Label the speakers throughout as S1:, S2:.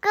S1: 哥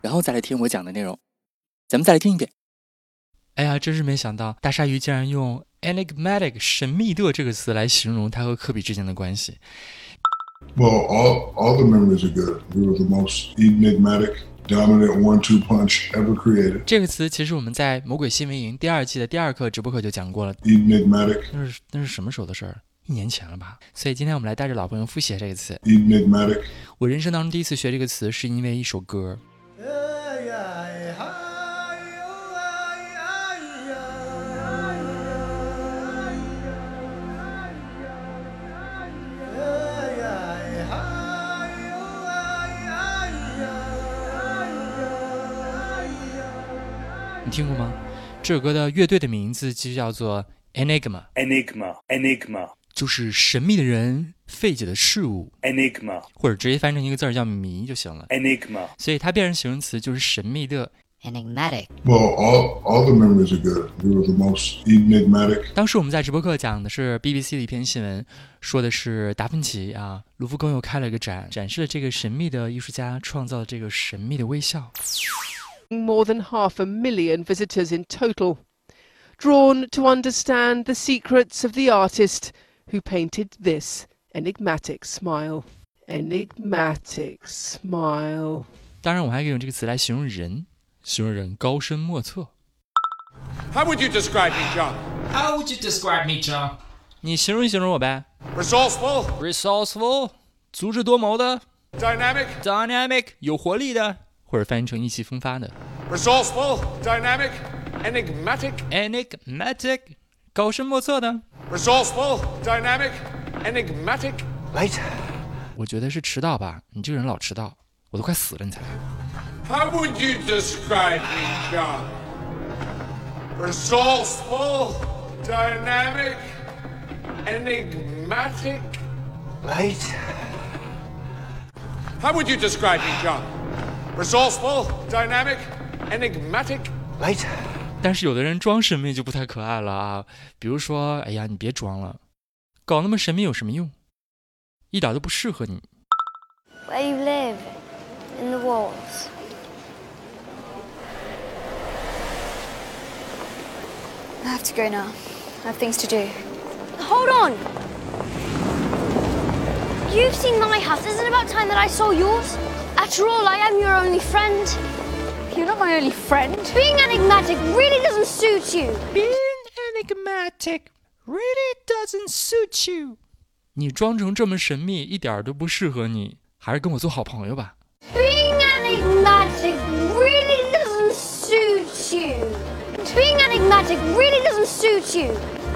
S2: 然后再来听我讲的内容。咱们再来听一遍。哎呀，真是没想到，大鲨鱼竟然用 enigmatic 神秘的这个词来形容它和科比之间的关系。
S3: Well, all, all the memories are good. We were the most enigmatic, dominant one two punch ever created.
S2: 这个词其实我们在《魔鬼新闻营》第二季的第二课直播课就讲过了，
S3: Enigmatic,
S2: 那是那是什么时候的事儿？一年前了吧？所以今天我们来带着老朋友复习这个词。
S3: enigmatic,
S2: 我人生当中第一次学这个词是因为一首歌，
S4: 哎哎嗨哟哎哎呀哎呀哎哎嗨哟哎哎呀哎呀哎呀。
S2: 你听过吗？这首歌的乐队的名字就叫做 Enigma，
S5: Enigma, enigma,
S2: 就是神秘的人、费解的事物，
S5: enigma,
S2: 或者直接翻成一个字儿叫谜就行了。
S5: enigma,
S2: 所以它变成形容词就是神秘的。
S6: enigmatic,
S3: well, all, all the memories are good. We were the most enigmatic.
S2: 当时我们在直播课讲的是 BBC 的一篇新闻，说的是达芬奇啊，卢浮宫又开了一个展，展示了这个神秘的艺术家创造的这个神秘的微笑。
S7: more than half a million visitors in total, drawn to understand the secrets of the artist who painted this enigmatic smile. Enigmatic smile.
S2: 当然，我还可以用这个词来形容人，形容人高深莫测。
S8: How would you describe me, John?
S6: How would you describe me, John?
S2: 你形容形容我呗
S8: Resourceful,
S2: ，resourceful，足智多谋的
S8: dynamic,
S2: ，dynamic，有活力的，或者翻译成意气风发的
S8: resourceful, dynamic, enigmatic,
S2: ，enigmatic，高深莫测的。
S8: resourceful, dynamic, enigmatic. Later.
S2: 我觉得是迟到吧，你这个人老迟到，我都快死了你才来。
S8: How would you describe me, John? Resourceful, dynamic, enigmatic. Later. How would you describe me, John? Resourceful, dynamic, enigmatic. Later.
S2: 但是有的人装神秘就不太可爱了啊，比如说，哎呀，你别装了，搞那么神秘有什么用？一点都不适合你。
S9: Where you live in the walls.
S10: I have to go now. I have things to do.
S1: hold on. You've seen my house. Isn't it about time that I saw yours? After all, I am your only friend.
S10: You're not my only friend.
S1: Being enigmatic really doesn't suit you.
S2: Being enigmatic really doesn't suit you。你装成这么神秘，一点儿都不适合你，还是跟我做好朋友吧。
S1: Being enigmatic really doesn't suit you. Being enigmatic really doesn't suit you.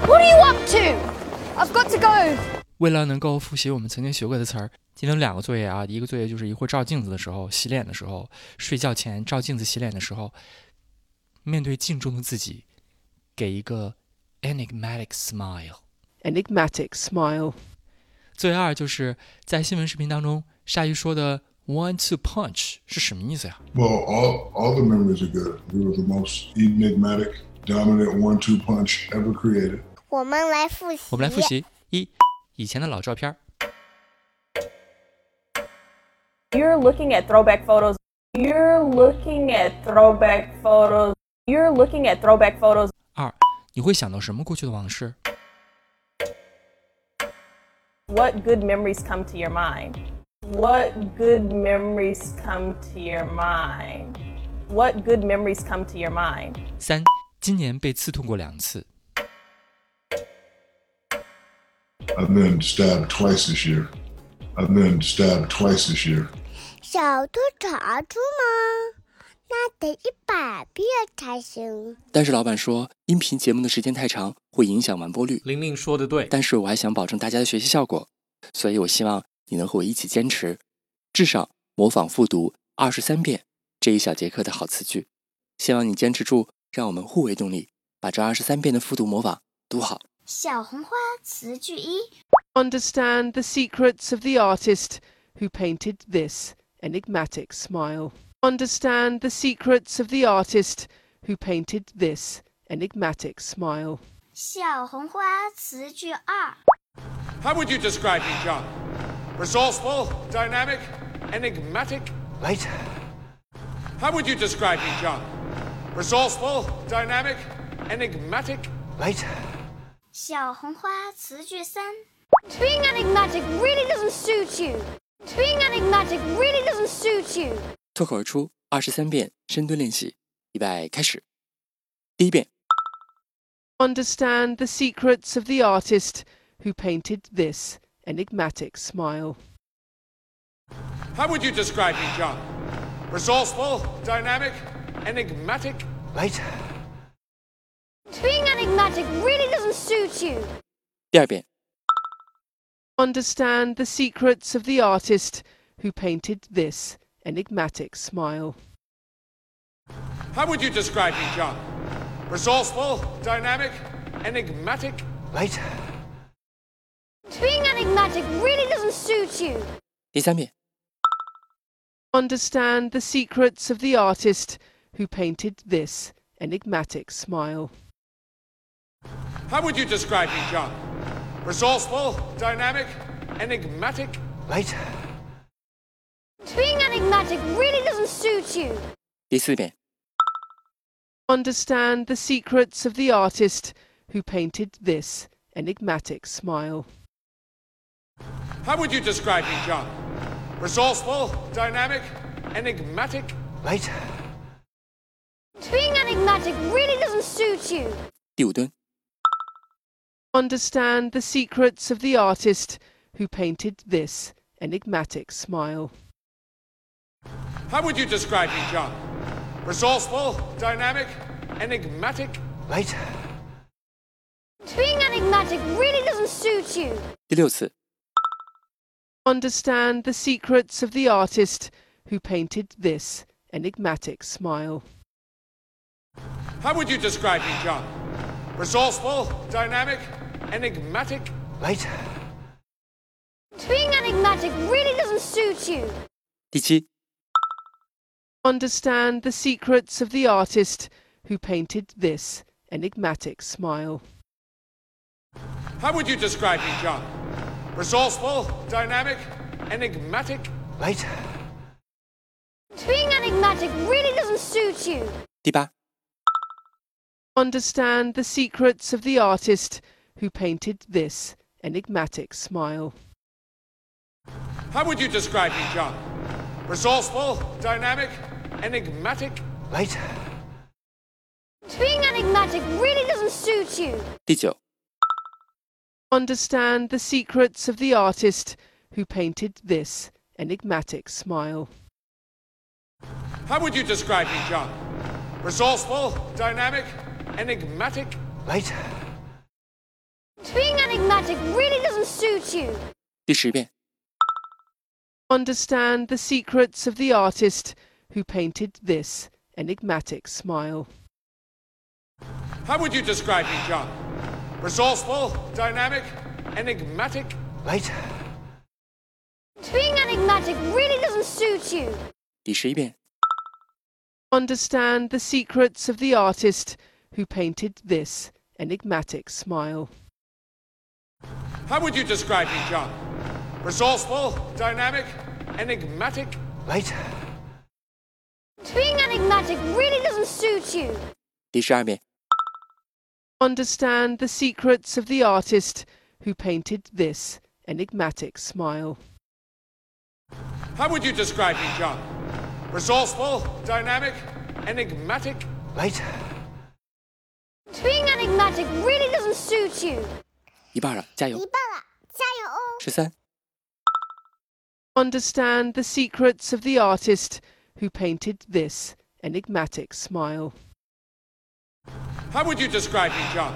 S1: What are you up to? I've got to go.
S2: 为了能够复习我们曾经学过的词儿，今天有两个作业啊，一个作业就是一会儿照镜子的时候、洗脸的时候、睡觉前照镜子、洗脸的时候，面对镜中的自己，给一个 enigmatic smile。
S7: Enigmatic smile.
S2: 作业二就是在新闻视频当中，鲨鱼说的 “one two punch” 是什么意思呀？
S3: Well, all, all the memories are good. We were the most enigmatic, dominant one two punch ever created.
S9: 我们来复习，
S2: 我们来复习：一、以前的老照片儿；
S11: You're looking at throwback photos. You're looking at throwback photos. You're looking at throwback photos.
S2: 二、你会想到什么过去的往事；
S11: What good memories come to your mind? What good memories come to your mind? What good memories come to your mind?
S2: 三、今年被刺痛过两次；
S3: I've been stabbed twice this year. I've been stabbed twice this year.
S9: 小兔查出吗？那得一百遍才行。
S2: 但是老板说，音频节目的时间太长，会影响完播率。
S12: 玲玲说的对，
S2: 但是我还想保证大家的学习效果，所以我希望你能和我一起坚持，至少模仿复读二十三遍这一小节课的好词句。希望你坚持住，让我们互为动力，把这二十三遍的复读模仿读好。
S9: 小红花词句一，
S7: Understand the secrets of the artist who painted this enigmatic smile. Understand the secrets of the artist who painted this enigmatic smile.
S9: 小红花词句二，
S8: How would you describe me, John? Resourceful, dynamic, enigmatic? Later. How would you describe me, John? Resourceful, dynamic, enigmatic? Later.
S9: 小红花词句三，
S1: Being enigmatic really doesn't suit you. Being enigmatic really doesn't suit you.
S2: 脱口而出二十三遍深蹲练习，预备开始。第一遍，
S7: Understand the secrets of the artist who painted this enigmatic smile.
S8: How would you describe me, John? Resourceful, dynamic, enigmatic? Later.
S1: Being enigmatic really doesn't suit you.
S2: 第二遍，
S7: Understand the secrets of the artist who painted this enigmatic smile.
S8: How would you describe me, John? Resourceful, dynamic, enigmatic? Later.
S1: Being enigmatic really doesn't suit you.
S2: 第三遍，
S7: Understand the secrets of the artist who painted this enigmatic smile.
S8: How would you describe me, John? Resourceful, dynamic, enigmatic? Later.
S1: Being enigmatic really doesn't suit you.
S2: 第四遍，
S7: Understand the secrets of the artist who painted this enigmatic smile.
S8: How would you describe me, John? Resourceful, dynamic, enigmatic? Later.
S1: Being enigmatic really doesn't suit you.
S2: 第五蹲，
S7: Understand the secrets of the artist who painted this enigmatic smile.
S8: How would you describe me, John? Resourceful, dynamic, enigmatic? Later.
S1: Being enigmatic really doesn't suit you.
S2: 第六次，
S7: Understand the secrets of the artist who painted this enigmatic smile.
S8: How would you describe me, John? Resourceful, dynamic, enigmatic? Later.
S1: Being enigmatic really doesn't suit you.
S2: 第七，
S7: Understand the secrets of the artist who painted this enigmatic smile.
S8: How would you describe me, John? Resourceful, dynamic, enigmatic? Later.
S1: Being enigmatic really doesn't suit you.
S2: 第八，
S7: Understand the secrets of the artist who painted this enigmatic smile.
S8: How would you describe me, John? Resourceful, dynamic, enigmatic? Later.
S1: Being enigmatic really doesn't suit you.
S2: 第九，
S7: Understand the secrets of the artist who painted this enigmatic smile.
S8: How would you describe me, John? Resourceful, dynamic, enigmatic? Later.
S1: Being enigmatic really doesn't suit you.
S2: 第十遍，
S7: Understand the secrets of the artist who painted this enigmatic smile.
S8: How would you describe me, John? Resourceful, dynamic, enigmatic? Later.
S1: Being enigmatic really doesn't suit you.
S2: 第十一遍，
S7: Understand the secrets of the artist who painted this enigmatic smile.
S8: How would you describe me, John? Resourceful, dynamic, enigmatic? Later.
S1: Being enigmatic really doesn't suit you.
S2: 第十二遍，
S7: Understand the secrets of the artist who painted this enigmatic smile.
S8: How would you describe me, John? Resourceful, dynamic, enigmatic? Later.
S1: Being enigmatic really doesn't suit you.
S2: 一半了，加
S9: 一半
S2: 油！
S9: 了，加油哦！
S2: 十三、
S7: Understand the secrets of the artist who painted this enigmatic smile.
S8: How would you describe me, John?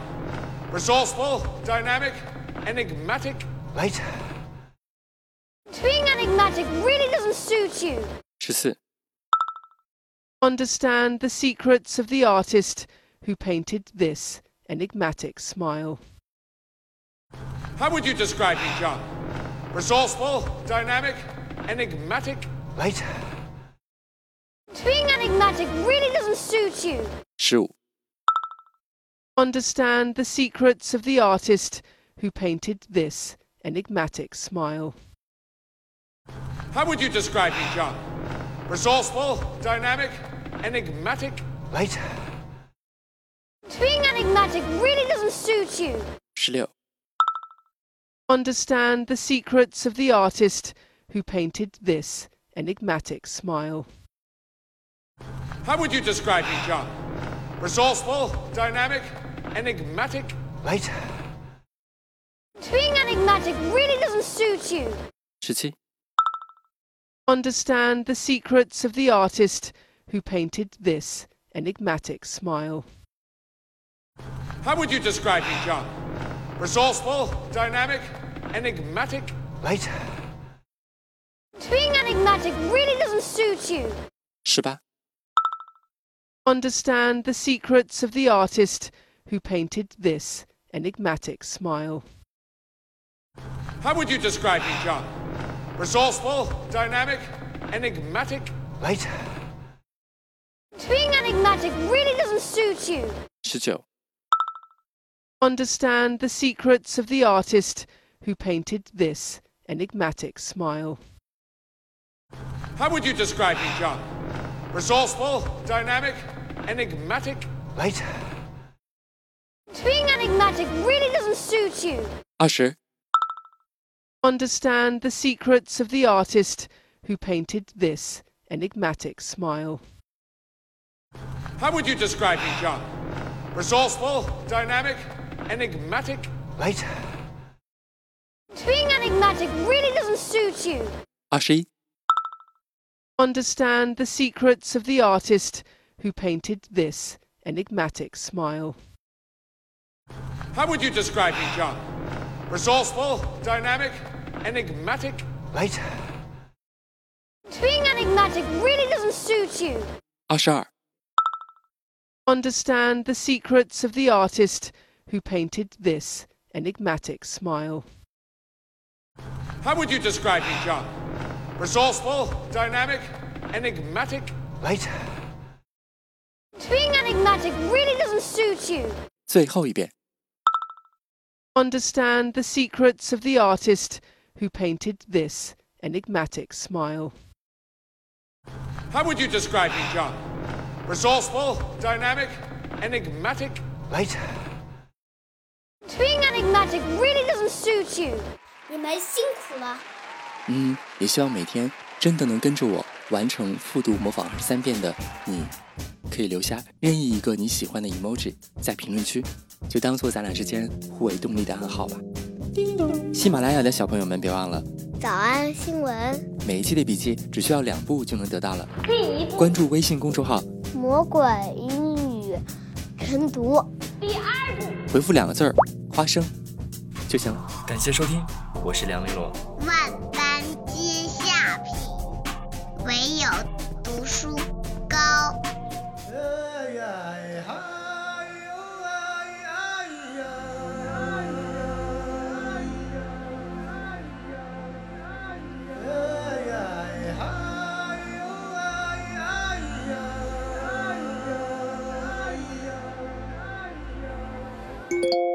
S8: Resourceful, dynamic, enigmatic? Later.
S1: Being enigmatic really doesn't suit you.
S2: 十四、
S7: understand the secrets of the artist who painted this enigmatic smile.
S8: How would you describe me, John? Resourceful, dynamic, enigmatic? Light.
S1: Being enigmatic really doesn't suit you.
S2: 十五、
S7: Understand the secrets of the artist who painted this enigmatic smile.
S8: How would you describe me, John? Resourceful, dynamic, enigmatic? Light.
S1: Being enigmatic really doesn't suit you.
S2: 十六、
S7: Understand the secrets of the artist who painted this enigmatic smile.
S8: How would you describe me, John? Resourceful, dynamic, enigmatic? Light.
S1: Being enigmatic really doesn't suit you.
S2: 十七、
S7: Understand the secrets of the artist who painted this enigmatic smile.
S8: How would you describe me, John? Resourceful, dynamic, enigmatic? Light.
S1: Being enigmatic really doesn't suit you.
S2: 十八、
S7: Understand the secrets of the artist who painted this enigmatic smile.
S8: How would you describe me, John? Resourceful, dynamic, enigmatic? Light.
S1: Being enigmatic really doesn't suit you.
S2: 十九、
S7: Understand the secrets of the artist who painted this enigmatic smile.
S8: How would you describe me, John? Resourceful, dynamic, enigmatic? Light.
S1: Being enigmatic really doesn't suit you.
S2: 二十、
S7: Understand the secrets of the artist who painted this enigmatic smile.
S8: How would you describe me, John? Resourceful, dynamic, enigmatic? Light.
S1: Being enigmatic really doesn't suit you.
S2: 二十一、
S7: Understand the secrets of the artist who painted this enigmatic smile.
S8: How would you describe me, John? Resourceful, dynamic, enigmatic? Light.
S1: Being enigmatic really doesn't suit you.
S2: 二十二、
S7: Understand the secrets of the artist who painted this enigmatic smile.
S8: How would you describe me, John? Resourceful, dynamic, enigmatic? Light.
S1: Being enigmatic really doesn't suit you.
S2: 最后一遍。
S7: Understand the secrets of the artist who painted this enigmatic smile.
S8: How would you describe me, John? Resourceful, dynamic, enigmatic? Light.
S1: Being enigmatic really doesn't suit you.
S9: 你们辛苦了。
S2: 嗯，也希望每天真的能跟着我完成复读模仿二十三遍的你，可以留下任意一个你喜欢的 emoji 在评论区，就当做咱俩之间互为动力的暗号吧。喜马拉雅的小朋友们，别忘了
S9: 早安新闻，
S2: 每一期的笔记只需要两步就能得到了。
S9: 第一步
S2: 关注微信公众号，
S9: 魔鬼英语晨读，第二步
S2: 回复两个字儿“花生”就行了。感谢收听，我是梁丽罗。
S9: 万般皆下品，唯有读书高。
S4: Yeah.